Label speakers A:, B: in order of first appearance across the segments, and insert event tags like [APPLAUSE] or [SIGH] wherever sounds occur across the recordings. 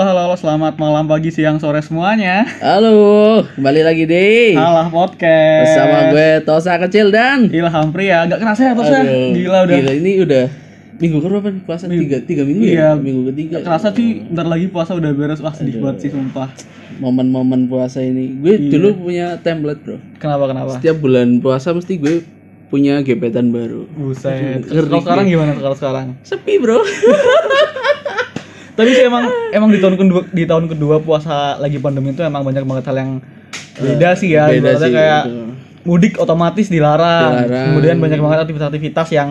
A: Selamat malam, pagi, siang, sore semuanya.
B: Halo, kembali lagi di
A: Alah podcast.
B: bersama gue Tosa kecil dan
A: Ilham Pria. Gak kerasa ya, Iya, Tosa?
B: Aduh,
A: Gila udah.
B: ini udah minggu ke berapa nih puasa tiga tiga minggu
A: Iya.
B: ya minggu ketiga
A: Gak kerasa sih, ntar lagi puasa udah beres. Wah, sedih banget sih, sumpah.
B: momen-momen puasa ini
A: Iya.
B: gue dulu punya template bro
A: Kenapa, kenapa?
B: setiap bulan puasa mesti gue punya gebetan baru
A: Buset. Terus Kalau sekarang gimana kalau sekarang?
B: sepi bro
A: Tapi sih emang emang di tahun kedua di tahun kedua puasa lagi pandemi itu emang banyak banget hal yang beda sih ya.
B: Eh, beda
A: Ibaratnya
B: sih, gitu.
A: kayak
B: betul.
A: mudik otomatis dilarang.
B: Dilarang.
A: Kemudian banyak banget aktivitas-aktivitas yang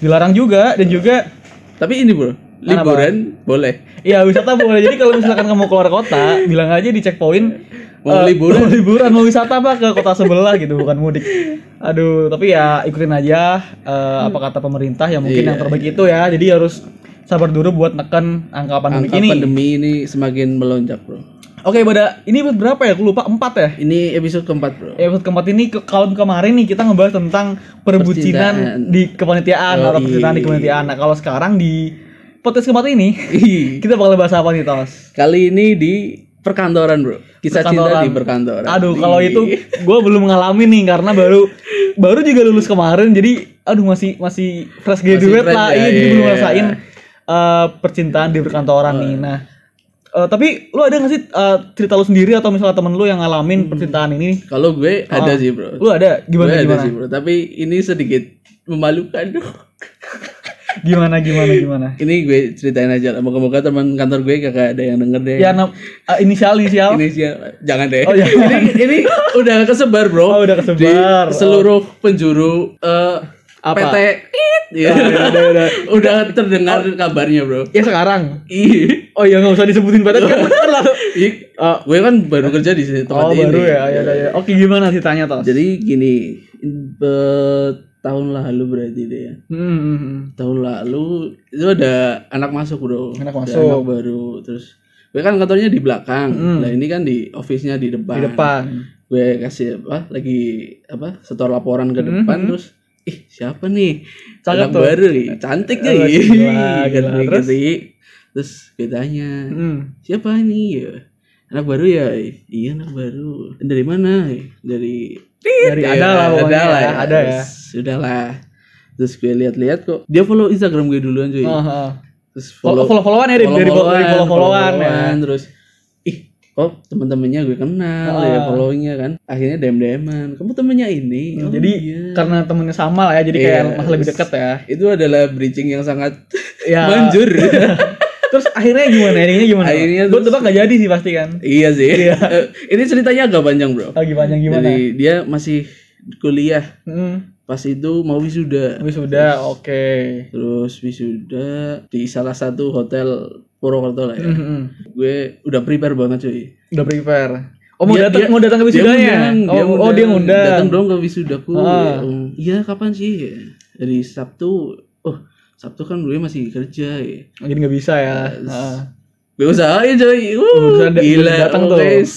A: dilarang juga dan juga
B: tapi ini bro liburan boleh
A: Iya wisata boleh. Jadi kalau misalkan kamu keluar kota, bilang aja di checkpoint
B: Mau
A: eh,
B: liburan.
A: mau liburan, mau wisata pak ke kota sebelah gitu, bukan mudik. Aduh, tapi ya ikutin aja eh, apa kata pemerintah ya
B: Iya.
A: mungkin yang terbaik itu ya. Jadi harus sabar dulu buat neken angka pandemi
B: angka
A: [LAUGHS] ini.
B: pandemi ini semakin melonjak bro
A: Oke, pada ini episode berapa ya? Aku lupa empat ya.
B: ini episode keempat bro
A: Episode keempat ini ke kalau kemarin nih kita ngebahas tentang perbucinan
B: Percintaan.
A: di kepanitiaan atau
B: Yoi.
A: percintaan di kepanitiaan. Nah, kalau sekarang di podcast keempat ini kita bakal bahas apa nih, Tos?
B: Kali ini di perkantoran, Bro. Kisah cinta
A: Perkantoran.
B: di perkantoran.
A: Aduh,
B: Di-
A: kalau itu gue belum mengalami nih karena baru baru juga lulus kemarin, jadi aduh masih masih fresh graduate
B: fresh
A: lah,
B: ya,
A: iya, jadi
B: iya,
A: belum
B: iya.
A: ngerasain eh, percintaan di perkantoran nih. Nah, eh, tapi lu ada nggak sih eh, cerita lu sendiri atau misalnya temen lu yang ngalamin percintaan ini?
B: kalau gue ada sih, Bro.
A: Lu ada Oh.
B: gue
A: gimana
B: Hmm. ada
A: gimana?
B: sih, Bro. Tapi ini sedikit memalukan.
A: Gimana gimana gimana?
B: ini gue ceritain aja lah. Moga-moga teman kantor gue kagak ada yang denger deh.
A: Ya nam- eh, inisial inisial.
B: Ini sih jangan deh.
A: Oh, jangan.
B: ini ini udah kesebar, Bro.
A: Oh, udah kesebar.
B: Di seluruh penjuru eh
A: Apa? Oh, ya
B: PT. Iya.
A: udah, udah.
B: [LAUGHS] udah terdengar kabarnya, Bro.
A: Ya sekarang.
B: Ih.
A: Oh ya nggak usah disebutin PT
B: [LAUGHS]
A: kan.
B: Ih. gue kan baru kerja di sini tempat
A: Oh
B: ini.
A: baru ya, ya, ya, ya. Oke gimana ceritanya tos?
B: Jadi gini, eh, tahun lalu berarti deh ya.
A: Hmm, hmm, hmm.
B: Tahun lalu itu ada anak masuk bro.
A: Anak
B: Ada
A: masuk. Hmm.
B: anak baru terus. Gue kan kantornya di belakang. Nah ini kan di office-nya di depan.
A: di depan.
B: Gue kasih apa? Lagi apa? Setor laporan ke depan terus. Ih siapa nih?
A: Cakep
B: anak
A: Hmm, tuh.
B: baru nih. Cantik
A: Eh,
B: nih.
A: gila,
B: [LAUGHS]
A: gila.
B: Ganteng,
A: Terus?
B: ganteng. Terus gue tanya,
A: Hmm.
B: siapa ini ya anak baru ya iya anak baru dari mana dari
A: Dari ada lah pokoknya
B: ada lah
A: ya, ada ya.
B: Iya, Terus, sudah lah terus gue lihat-lihat kok dia follow instagram gue duluan cuy
A: Oh, oh.
B: terus
A: Follow follow followan ya dari dari
B: Iya. follow-followan,
A: dari follow followan ya.
B: follow-followan, terus ih kok teman-temannya gue kenal ya
A: Ah.
B: followingnya kan akhirnya dm dman kamu temennya ini Oh,
A: Jadi
B: iya.
A: karena temennya sama lah ya, jadi kayak
B: Iya,
A: masih lebih
B: terus-
A: deket ya.
B: itu adalah bridging yang sangat
A: Ya. [LAUGHS]
B: [LAUGHS] manjur
A: Terus akhirnya gimana? Akhirnya gimana?
B: Akhirnya
A: gue
B: terus-
A: tebak gak jadi sih pasti kan.
B: iya sih ini ceritanya agak panjang bro
A: Lagi panjang gimana?
B: Jadi dia masih kuliah
A: Hmm.
B: pas itu mau wisuda.
A: Wis sudah, oke.
B: Terus wisuda di salah satu hotel Purwokerto lah ya.
A: Hmm, hmm.
B: Gue udah prepare banget cuy.
A: Udah prepare. Oh mau
B: Dia-
A: datang
B: dia-
A: mau datang ke wisudanya? Oh, oh, dia ngundang.
B: Datang dong ke wisudaku.
A: Ah.
B: Em, Iya kapan sih? Dari Sabtu. Oh Sabtu kan gue masih kerja ya.
A: Jadi nggak bisa ya.
B: Terus-
A: Heeh.
B: Gue usahain cuy.
A: Oh,
B: Uh,
A: usaha-
B: gila.
A: datang tuh.
B: guys.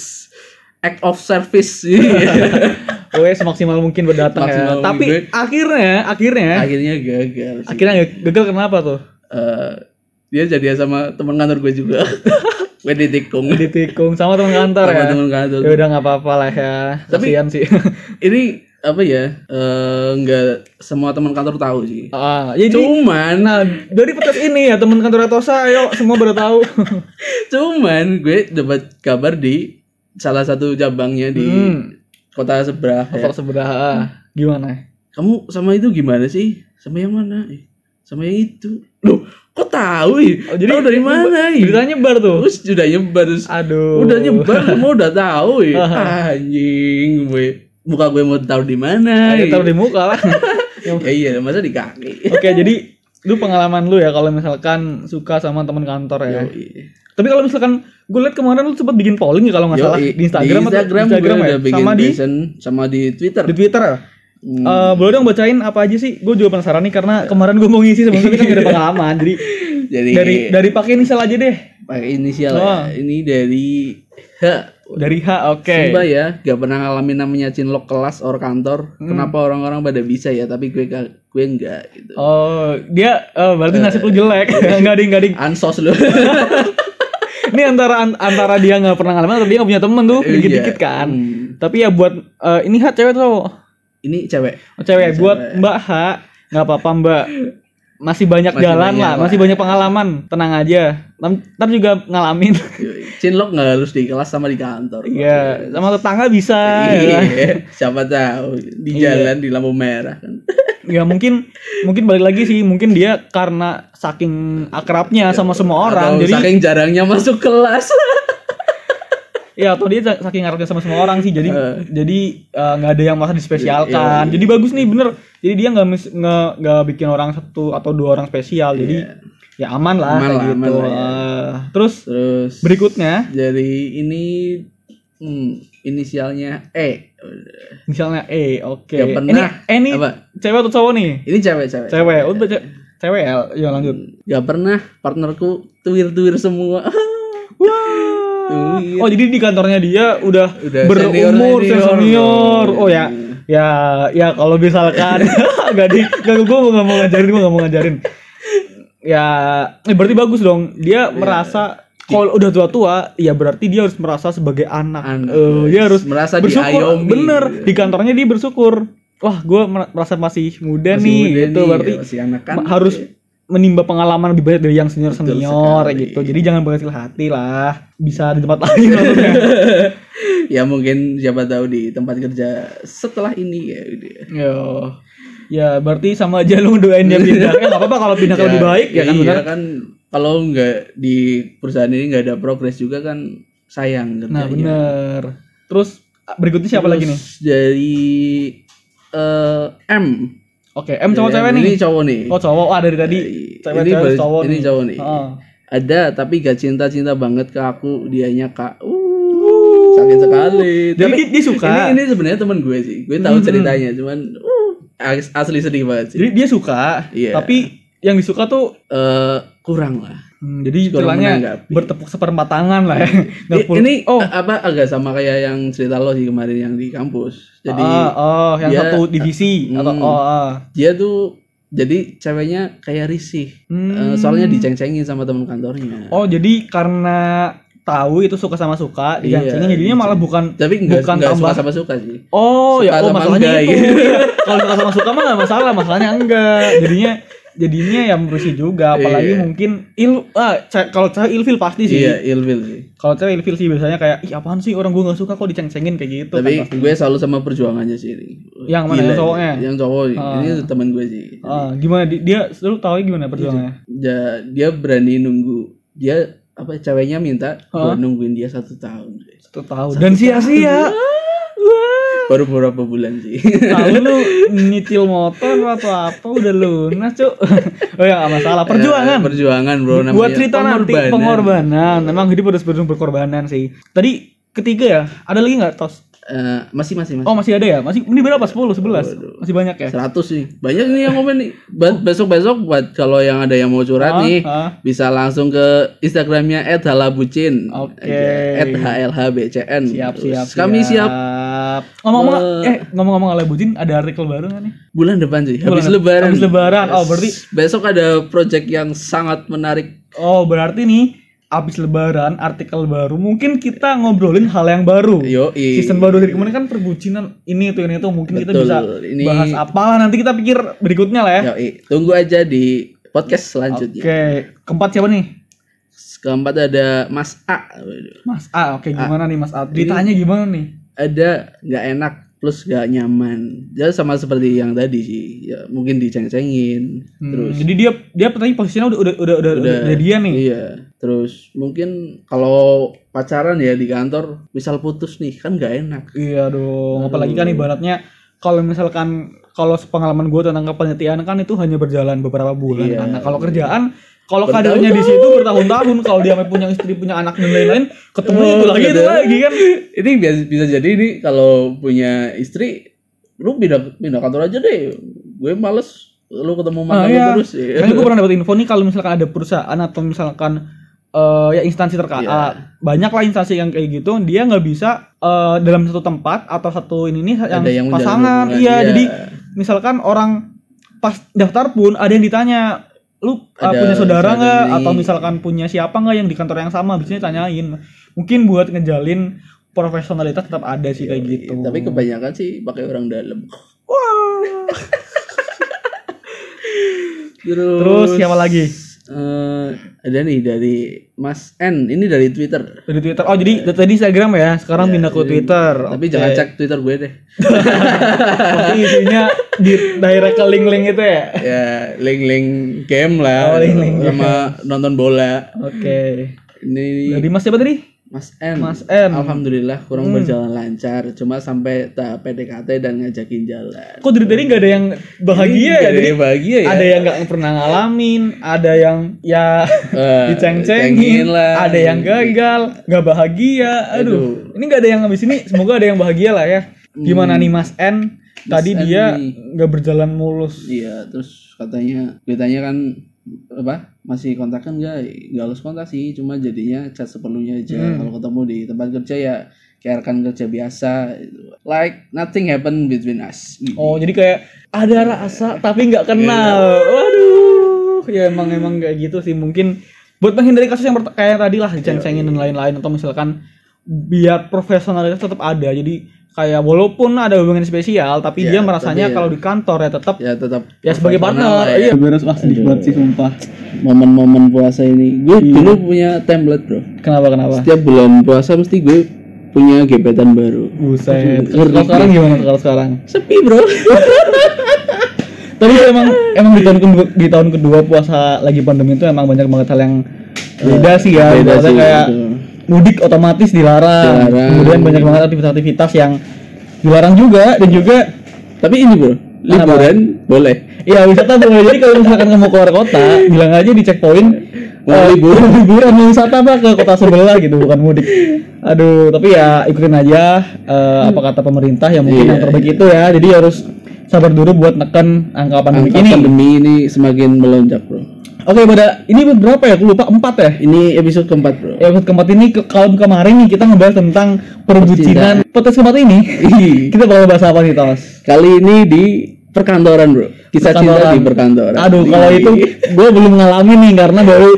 B: Act of
A: [LAUGHS]
B: service. Iya.
A: Oke, semaksimal mungkin buat datang ya.
B: Maksimal
A: Tapi
B: mungkin.
A: akhirnya, akhirnya,
B: Akhirnya gagal. sih.
A: akhirnya gagal kenapa tuh?
B: eh dia jadian sama teman kantor gue
A: [LAUGHS]
B: juga gue ditikung
A: Ditikung sama teman kantor
B: sama
A: ya.
B: teman kantor
A: ya udah nggak apa-apa lah ya
B: Tapi-
A: kasihan sih [LAUGHS]
B: ini apa ya eh, nggak semua teman kantor tahu sih
A: ah jadi
B: cuman
A: nah dari podcast ini ya teman kantor Tosa ayo semua baru
B: [LAUGHS]
A: tahu
B: cuman gue dapat kabar di salah satu cabangnya di
A: Hmm.
B: kota seberang ya.
A: kalau sebelah ah, gimana
B: kamu sama itu gimana sih sama yang mana "Eh, sama yang itu loh kok tahu
A: Oh,
B: jadi
A: jadi-
B: tahu dari mana ya?
A: beritanya nyebar tuh
B: terus udah nyebar terus
A: aduh
B: udah nyebar semua udah tahu ya anjing gue muka gue mau taruh di mana
A: Ayo
B: ya.
A: taruh di
B: [LAUGHS]
A: Eh. muka lah
B: ya iya masa di kaki
A: oke jadi lu pengalaman lu ya kalau misalkan suka sama teman kantor ya
B: Yoi.
A: tapi kalau misalkan gue liat kemarin lu sempat bikin polling ya kalau nggak salah
B: Yoi.
A: di Instagram,
B: di Instagram,
A: atau di Instagram
B: gue
A: ya
B: udah bikin
A: sama di
B: passion, sama di Twitter
A: di Twitter ya
B: Hmm.
A: Eh, boleh dong bacain apa aja sih? Gue juga penasaran nih karena kemarin gue mau ngisi sebelumnya kan gak
B: [LAUGHS]
A: ada pengalaman. Jadi
B: jadi
A: dari dari pakai inisial aja deh.
B: pakai inisial
A: Oh.
B: ya. ini dari H
A: Dari H, oke.
B: Mbak ya gak pernah ngalamin namanya cinlok kelas or kantor
A: Hmm.
B: kenapa orang-orang pada bisa ya tapi gue gak gue enggak gitu
A: [LAUGHS]
B: [LAUGHS]
A: Oh, dia eh, berarti nasib lu jelek. Enggak ding, enggak ding.
B: ansos lu
A: ini antara an- antara dia nggak pernah ngalamin atau dia nggak punya temen tuh
B: Iya.
A: dikit-dikit kan
B: Hmm.
A: tapi ya buat eh, ini hat cewek tuh Oh,
B: Ini cewek.
A: cewek
B: Iya, Cewek.
A: buat mbak H nggak apa-apa mbak masih banyak
B: Masih
A: jalan
B: banyak
A: lah
B: lah.
A: masih banyak pengalaman tenang aja Tam- tam juga ngalamin [LAUGHS]
B: Cinlok nggak harus di kelas sama di kantor.
A: iya sama tetangga bisa ya.
B: Iya. Siapa tahu di
A: Iya.
B: jalan di lampu merah kan.
A: [LAUGHS] ya mungkin mungkin balik lagi sih mungkin dia karena saking akrabnya sama semua orang
B: Iya. Atau
A: jadi
B: saking jarangnya masuk kelas. [LAUGHS]
A: ya atau dia saking akrabnya sama semua orang sih jadi
B: Eh.
A: jadi eh, nggak ada yang merasa dispesialkan
B: Iya, iya.
A: jadi bagus nih bener jadi dia nggak mes- nggak nggak bikin orang satu atau dua orang spesial jadi
B: Iya.
A: ya aman lah
B: Aman
A: kayak
B: lah, aman
A: gitu
B: lah, ya.
A: Eh, terus
B: Terus
A: berikutnya
B: dari ini hmm, inisialnya E.
A: misalnya eh oke
B: Ya,
A: ini
B: pernah.
A: eh, ini
B: Apa?
A: cewek atau cowok nih
B: Ini cewek-cewek.
A: cewek udah ce- cewek ya ya lanjut
B: Gak pernah partnerku tuwir-tuwir semua. [LAUGHS]
A: Wah.
B: Tuh, iya.
A: Oh jadi di kantornya dia udah,
B: Udah
A: berumur
B: senior,
A: senior,
B: senior.
A: Oh ya, ya, ya kalau
B: [LAUGHS]
A: misalkan nggak di, nggak gue nggak mau ngajarin, gue nggak mau ngajarin. Ya, eh, berarti bagus dong. Dia
B: Iya.
A: merasa kalau udah tua-tua, ya berarti dia harus merasa sebagai anak.
B: Anak.
A: Eh, dia harus
B: Merasa
A: bersyukur.
B: diayomi.
A: Bener, di kantornya dia bersyukur. Wah, gue merasa masih muda
B: Masih
A: nih,
B: muda
A: gitu.
B: nih,
A: Berarti
B: masih anak kan.
A: Ma- harus menimba pengalaman lebih banyak dari yang senior
B: Betul
A: senior
B: sekali.
A: gitu jadi jangan berkecil hati lah bisa di tempat
B: [LAUGHS]
A: lain maksudnya
B: ya mungkin siapa tahu di tempat kerja setelah ini ya udah.
A: yo ya berarti sama aja lu doain dia
B: [LAUGHS]
A: pindah ya nggak apa-apa kalau pindah ke lebih baik ya kan
B: iya
A: benar
B: kan kalau nggak di perusahaan ini nggak ada progres juga kan sayang kerjanya.
A: nah bener terus berikutnya siapa lagi nih
B: iya. Terus Dari eh, M.
A: oke M
B: Dari
A: cowok cewek
B: M.
A: nih
B: Iya, Ini cowok nih.
A: oh cowok ah dari tadi cewek
B: ini
A: cewek
B: baris-
A: cowok
B: ini
A: nih. Ah,
B: cowok nih.
A: Heeh.
B: Ada tapi gak cinta-cinta banget ke aku, dianya kak. sakit sekali.
A: jadi
B: Tapi
A: Uh. dia, dia suka Hmm.
B: ini ini sebenarnya teman gue sih. Gue tahu ceritanya, cuman uh, as- asli sedih banget sih.
A: jadi dia suka
B: Iya.
A: tapi yang disuka tuh
B: Eh, kurang lah.
A: hmm, jadi
B: Kurang
A: istilahnya
B: menanggapi.
A: bertepuk seperempat tangan lah ya
B: [LAUGHS]
A: Nggak
B: I-
A: full.
B: ini
A: oh
B: a- apa agak sama kayak yang cerita lo sih kemarin yang di kampus. Jadi
A: Ah, oh, yang
B: dia-
A: satu divisi atau
B: Hmm.
A: oh, ah.
B: dia tuh jadi ceweknya kayak risih. Eh,
A: Hmm.
B: soalnya diceng-cengin sama teman kantornya.
A: Oh, jadi karena tahu itu suka sama suka,
B: Iya,
A: dijancingin jadinya malah bukan
B: Tapi enggak
A: bukan
B: enggak
A: tambah-
B: suka sama suka sih.
A: Oh,
B: Suka
A: ya oh
B: sama
A: masalahnya
B: enggak,
A: itu.
B: gitu.
A: Iya. [LAUGHS] Kalau suka sama suka mah nggak masalah, masalahnya enggak. Jadinya jadinya ya merusi juga, apalagi
B: Iya.
A: mungkin il ah, ce- kalau cewek ilfil pasti sih.
B: Iya, ilfil sih.
A: Kalau cewek ilfil sih biasanya kayak ih apaan sih orang gua nggak suka kok diceng-cengin kayak gitu. kan
B: Tapi
A: pasti.
B: gue selalu sama perjuangannya sih. ini.
A: Yang mana, yang cowoknya?
B: Yang cowok. Ini teman gue sih.
A: Ah, gimana Di- dia lu tahu gimana perjuangannya?
B: Dia, dia berani nunggu. Dia apa ceweknya minta gue
A: Ah.
B: nungguin dia satu tahun.
A: Satu
B: Iya.
A: tahun dan sia-sia. Wah.
B: Baru beberapa bulan sih.
A: Tahu lu nyicil motor atau apa udah lunas, Cuk. Oh ya nggak masalah, perjuangan.
B: Eh, perjuangan bro. Namanya
A: Buat cerita nanti pengorbanan. Memang hidup harus penuh berkorbanan sih. Tadi ketiga ya, ada lagi nggak tos?
B: Eh, masih masih masih.
A: Oh masih ada ya, masih ini berapa? 10, 11 masih banyak ya.
B: 100 sih. Banyak nih yang komen nih. Besok besok buat kalau yang ada yang mau curhat nih.
A: Oh. ah.
B: Bisa langsung ke Instagramnya @halabucin,
A: Oke.
B: @hlhbcn.
A: Siap,
B: Terus
A: siap,
B: Kami siap
A: Ngomong-ngong,
B: Be-
A: eh ngomong-ngomong ala Bucin, ada artikel baru nggak nih?
B: bulan depan sih habis
A: Bulan-
B: lebaran
A: Habis lebaran. Oh, berarti
B: besok ada project yang sangat menarik
A: oh, berarti nih habis lebaran artikel baru mungkin kita ngobrolin hal yang baru.
B: yo
A: season baru dari kemarin kan perbucinan ini itu ini itu mungkin kita
B: Betul,
A: bisa
B: ini-
A: bahas apalah nanti kita pikir berikutnya
B: Iya.
A: lah ya.
B: tunggu aja di podcast
A: Oke,
B: selanjutnya
A: keempat siapa nih?
B: keempat ada Mas A Waduh.
A: Mas A. Oke, gimana nih Mas A? Ditanya gimana nih?
B: ada nggak enak plus gak nyaman ya sama seperti yang tadi sih ya mungkin diceng-cengin
A: Hmm,
B: terus
A: Jadi dia dia pertanyaan posisinya udah udah udah udah, udah, dia nih.
B: iya terus mungkin kalau pacaran ya di kantor misal putus nih kan nggak enak
A: Iya dong, apalagi kan ibaratnya kalau misalkan kalau pengalaman gue tentang kepenelitian kan itu hanya berjalan beberapa bulan.
B: Iya.
A: Nah, kalau kerjaan kalau kadernya di situ bertahun-tahun kalau dia sampai punya istri punya anak dan lain-lain ketemu
B: Oh,
A: itu lagi itu
B: gitu.
A: lagi kan
B: ini biasa, bisa jadi ini kalau punya istri lu pindah pindah kantor aja deh gue males lu ketemu
A: Ah,
B: mantan lu
A: iya.
B: terus ya.
A: Kayaknya gue pernah dapat info nih kalau misalkan ada perusahaan atau misalkan eh, ya instansi terkait
B: Iya.
A: banyak lah instansi yang kayak gitu dia nggak bisa eh, dalam satu tempat atau satu ini nih yang,
B: Ada yang menjalin
A: pasangan
B: hubungan,
A: iya
B: iya.
A: jadi misalkan orang pas daftar pun ada yang ditanya lu uh,
B: Ada
A: punya saudara
B: misalkan
A: nggak
B: ini-
A: atau misalkan punya siapa nggak yang di kantor yang sama biasanya tanyain mungkin buat ngejalin profesionalitas tetap ada sih kayak gitu
B: Iya, Tapi kebanyakan sih pakai orang dalam.
A: Wah.
B: Terus,
A: terus siapa lagi
B: eh, ada nih dari Mas N. Ini dari Twitter.
A: dari Twitter oh jadi dari tadi Instagram ya sekarang pindah ke Twitter
B: Iya. Tapi
A: Oke.
B: jangan cek Twitter gue deh.
A: pasti isinya di direct ke link-link itu ya
B: ya link-link game lah
A: Oh, link-link
B: sama nonton bola.
A: oke
B: Ini
A: dari Mas siapa tadi
B: Mas N.
A: Mas Hmm. N
B: Alhamdulillah kurang berjalan lancar, cuma sampai tahap PDKT dan ngajakin jalan.
A: kok dari tadi nggak ada yang bahagia ya
B: Jadi
A: jadi
B: bahagia ya.
A: ada yang nggak pernah ngalamin ada yang ya
B: Eh,
A: diceng-cengin
B: cengin lah.
A: ada yang gagal nggak bahagia aduh, ini nggak ada yang habis ini semoga ada yang bahagia lah ya gimana nih Mas N tadi
B: N
A: dia
B: nih.
A: nggak berjalan mulus
B: Iya, terus katanya gue tanya kan apa masih kontakan nggak? Nggak harus kontak sih, cuma jadinya chat seperlunya aja.
A: Hmm.
B: Kalau ketemu di tempat kerja ya kayak rekan kerja biasa. gitu. Like nothing happened between us. Wih.
A: oh jadi kayak ada rasa tapi nggak kenal waduh ya emang emang kayak gitu sih mungkin buat menghindari kasus yang pert- kayak tadi lah diceng-cengin dan lain-lain atau misalkan biar profesionalitas tetap ada jadi kayak walaupun ada hubungan spesial Iya, tapi
B: Ya,
A: dia merasanya
B: tapi ya.
A: kalau di kantor ya tetap
B: Ya tetap
A: ya sebagai
B: profesional
A: partner
B: lah ya.
A: iya beres asli buat sih sumpah
B: Momen-momen puasa ini, gue
A: Iya.
B: dulu punya template bro.
A: kenapa kenapa
B: Setiap bulan puasa mesti gue punya gebetan baru.
A: Buset.
B: Ngeri.
A: Kalau sekarang gimana kalau sekarang?
B: Sepi bro.
A: Tapi ya emang emang di tahun kedua, di tahun kedua puasa lagi pandemi itu emang banyak banget hal yang beda sih ya.
B: beda
A: Ibaratnya
B: sih, gitu.
A: kayak
B: betul.
A: mudik otomatis dilarang.
B: Dilarang.
A: Kemudian banyak banget aktivitas-aktivitas yang dilarang juga dan juga
B: Tapi ini bro, liburan boleh.
A: ya wisata boleh jadi kalau misalkan kamu keluar kota bilang aja di checkpoint
B: Mau
A: eh,
B: libur.
A: mau liburan mau wisata apa ke kota sebelah gitu bukan mudik aduh tapi ya ikutin aja eh, apa kata pemerintah yang mungkin
B: Iya,
A: yang terbaik itu ya jadi harus sabar dulu buat neken angka pandemi
B: Angka
A: ini
B: pandemi ini semakin melonjak bro.
A: oke pada ini berapa ya aku lupa empat ya
B: Ini episode keempat bro. [LAUGHS]
A: episode keempat ini ke kalau kemarin nih kita ngebahas tentang perbucinan podcast keempat ini kita bakal bahas apa nih Tos?
B: Kali ini di perkantoran bro. Kisah cinta di perkantoran.
A: Aduh,
B: Di-
A: kalau itu gue belum ngalamin nih karena baru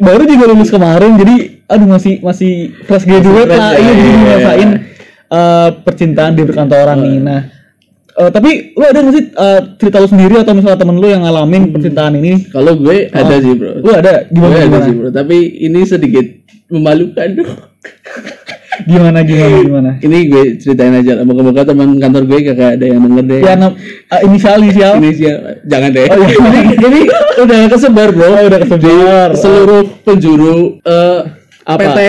A: baru juga lulus kemarin, jadi aduh masih masih fresh graduate
B: fresh
A: lah,
B: ya,
A: iya jadi
B: iya.
A: ngerasain eh, percintaan di perkantoran nih. Nah, eh, tapi lu ada nggak sih eh, cerita lu sendiri atau misalnya temen lu yang ngalamin percintaan ini?
B: kalau gue ada sih bro.
A: Lu ada Oh. gimana
B: Gue Hmm. ada
A: gimana?
B: sih bro. Tapi ini sedikit memalukan bro.
A: Gimana gimana gimana?
B: Ini gue ceritain aja lah. Moga-moga teman kantor gue kagak ada yang denger deh.
A: Ya, nam- eh, inisial inisial.
B: Iya. Ini sih jangan deh.
A: Oh, iya.
B: [LAUGHS] jadi, jadi udah kesebar bro.
A: Oh, udah kesebar.
B: Seluruh penjuru eh
A: Apa?
B: PT.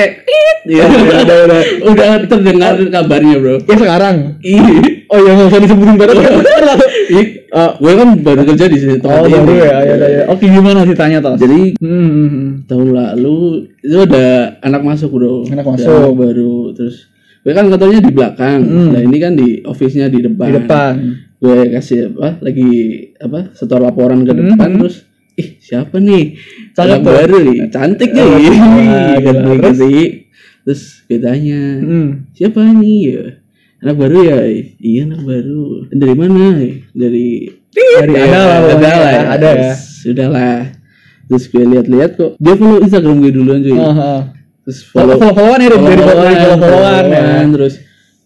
B: Iya,
A: [LAUGHS]
B: udah, udah, udah terdengar kabarnya bro.
A: Ya sekarang.
B: Ih.
A: Oh iya nggak usah disebutin bareng.
B: Iya, eh, gue kan baru kerja di sini.
A: [LAUGHS]
B: tempat
A: oh
B: ini.
A: baru ya, ya, ya. Oke gimana ceritanya Tos?
B: Jadi
A: Hmm, hmm, hmm.
B: tahun lalu itu ada anak masuk bro.
A: Anak
B: Ada
A: masuk. Hmm.
B: anak baru terus gue kan kantornya di belakang. Nah ini kan di office-nya di depan.
A: di depan.
B: Gue kasih apa lagi apa setor laporan ke depan terus ih siapa nih
A: Cakep
B: anak
A: Hmm. tuh.
B: baru nih cantik nih. [LAUGHS]
A: Wah,
B: Gitu,
A: gila. Terus?
B: gitu. terus gue tanya
A: Hmm.
B: siapa nih ya anak baru ya iya anak baru dari mana dari
A: Dari- Iya, ada lah pokoknya,
B: ada lah
A: ada ya.
B: Terus, sudah lah terus gue lihat-lihat kok dia follow instagram gue duluan cuy
A: Heeh.
B: terus
A: Follow
B: follow
A: followan ya dari Oh. dari dari follow followan ya.
B: followan, terus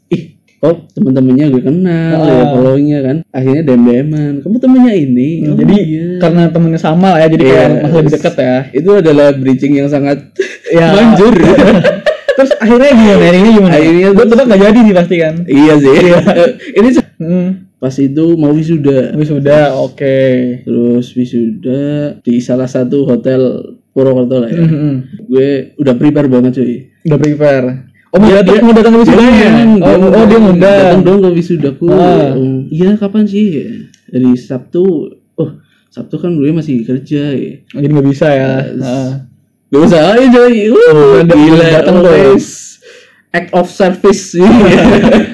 B: ih kok temen-temennya gue kenal ya
A: Ah.
B: followingnya kan akhirnya dem deman kamu temennya ini Oh,
A: Jadi
B: iya.
A: karena temennya sama lah ya, jadi kayak
B: Iya.
A: masih lebih dekat ya.
B: itu adalah bridging yang sangat [LAUGHS]
A: Ya.
B: manjur
A: Terus akhirnya gimana? Ini gimana?
B: Akhirnya
A: gue
B: terus-
A: tebak nggak jadi nih pasti kan.
B: iya sih [LAUGHS] ini
A: Hmm.
B: pas itu mau wisuda
A: Tapi sudah, oke.
B: terus wisuda di salah satu hotel Purwokerto lah ya.
A: Hmm, hmm.
B: Gue udah prepare banget cuy.
A: Udah prepare. Oh, mau
B: Dia-
A: datang
B: Iya, dia-
A: mau datang ke wisudanya? Oh, oh, dia ngundang.
B: Datang dong ke wisudaku.
A: Ah.
B: Oh, Iya kapan sih? Dari Sabtu. Oh Sabtu kan gue masih kerja ya.
A: Jadi nggak bisa ya. Heeh.
B: Gue usahain cuy. Wuh,
A: Oh, ada-
B: gila
A: datang [LAUGHS]
B: [LAUGHS] always act of service sih.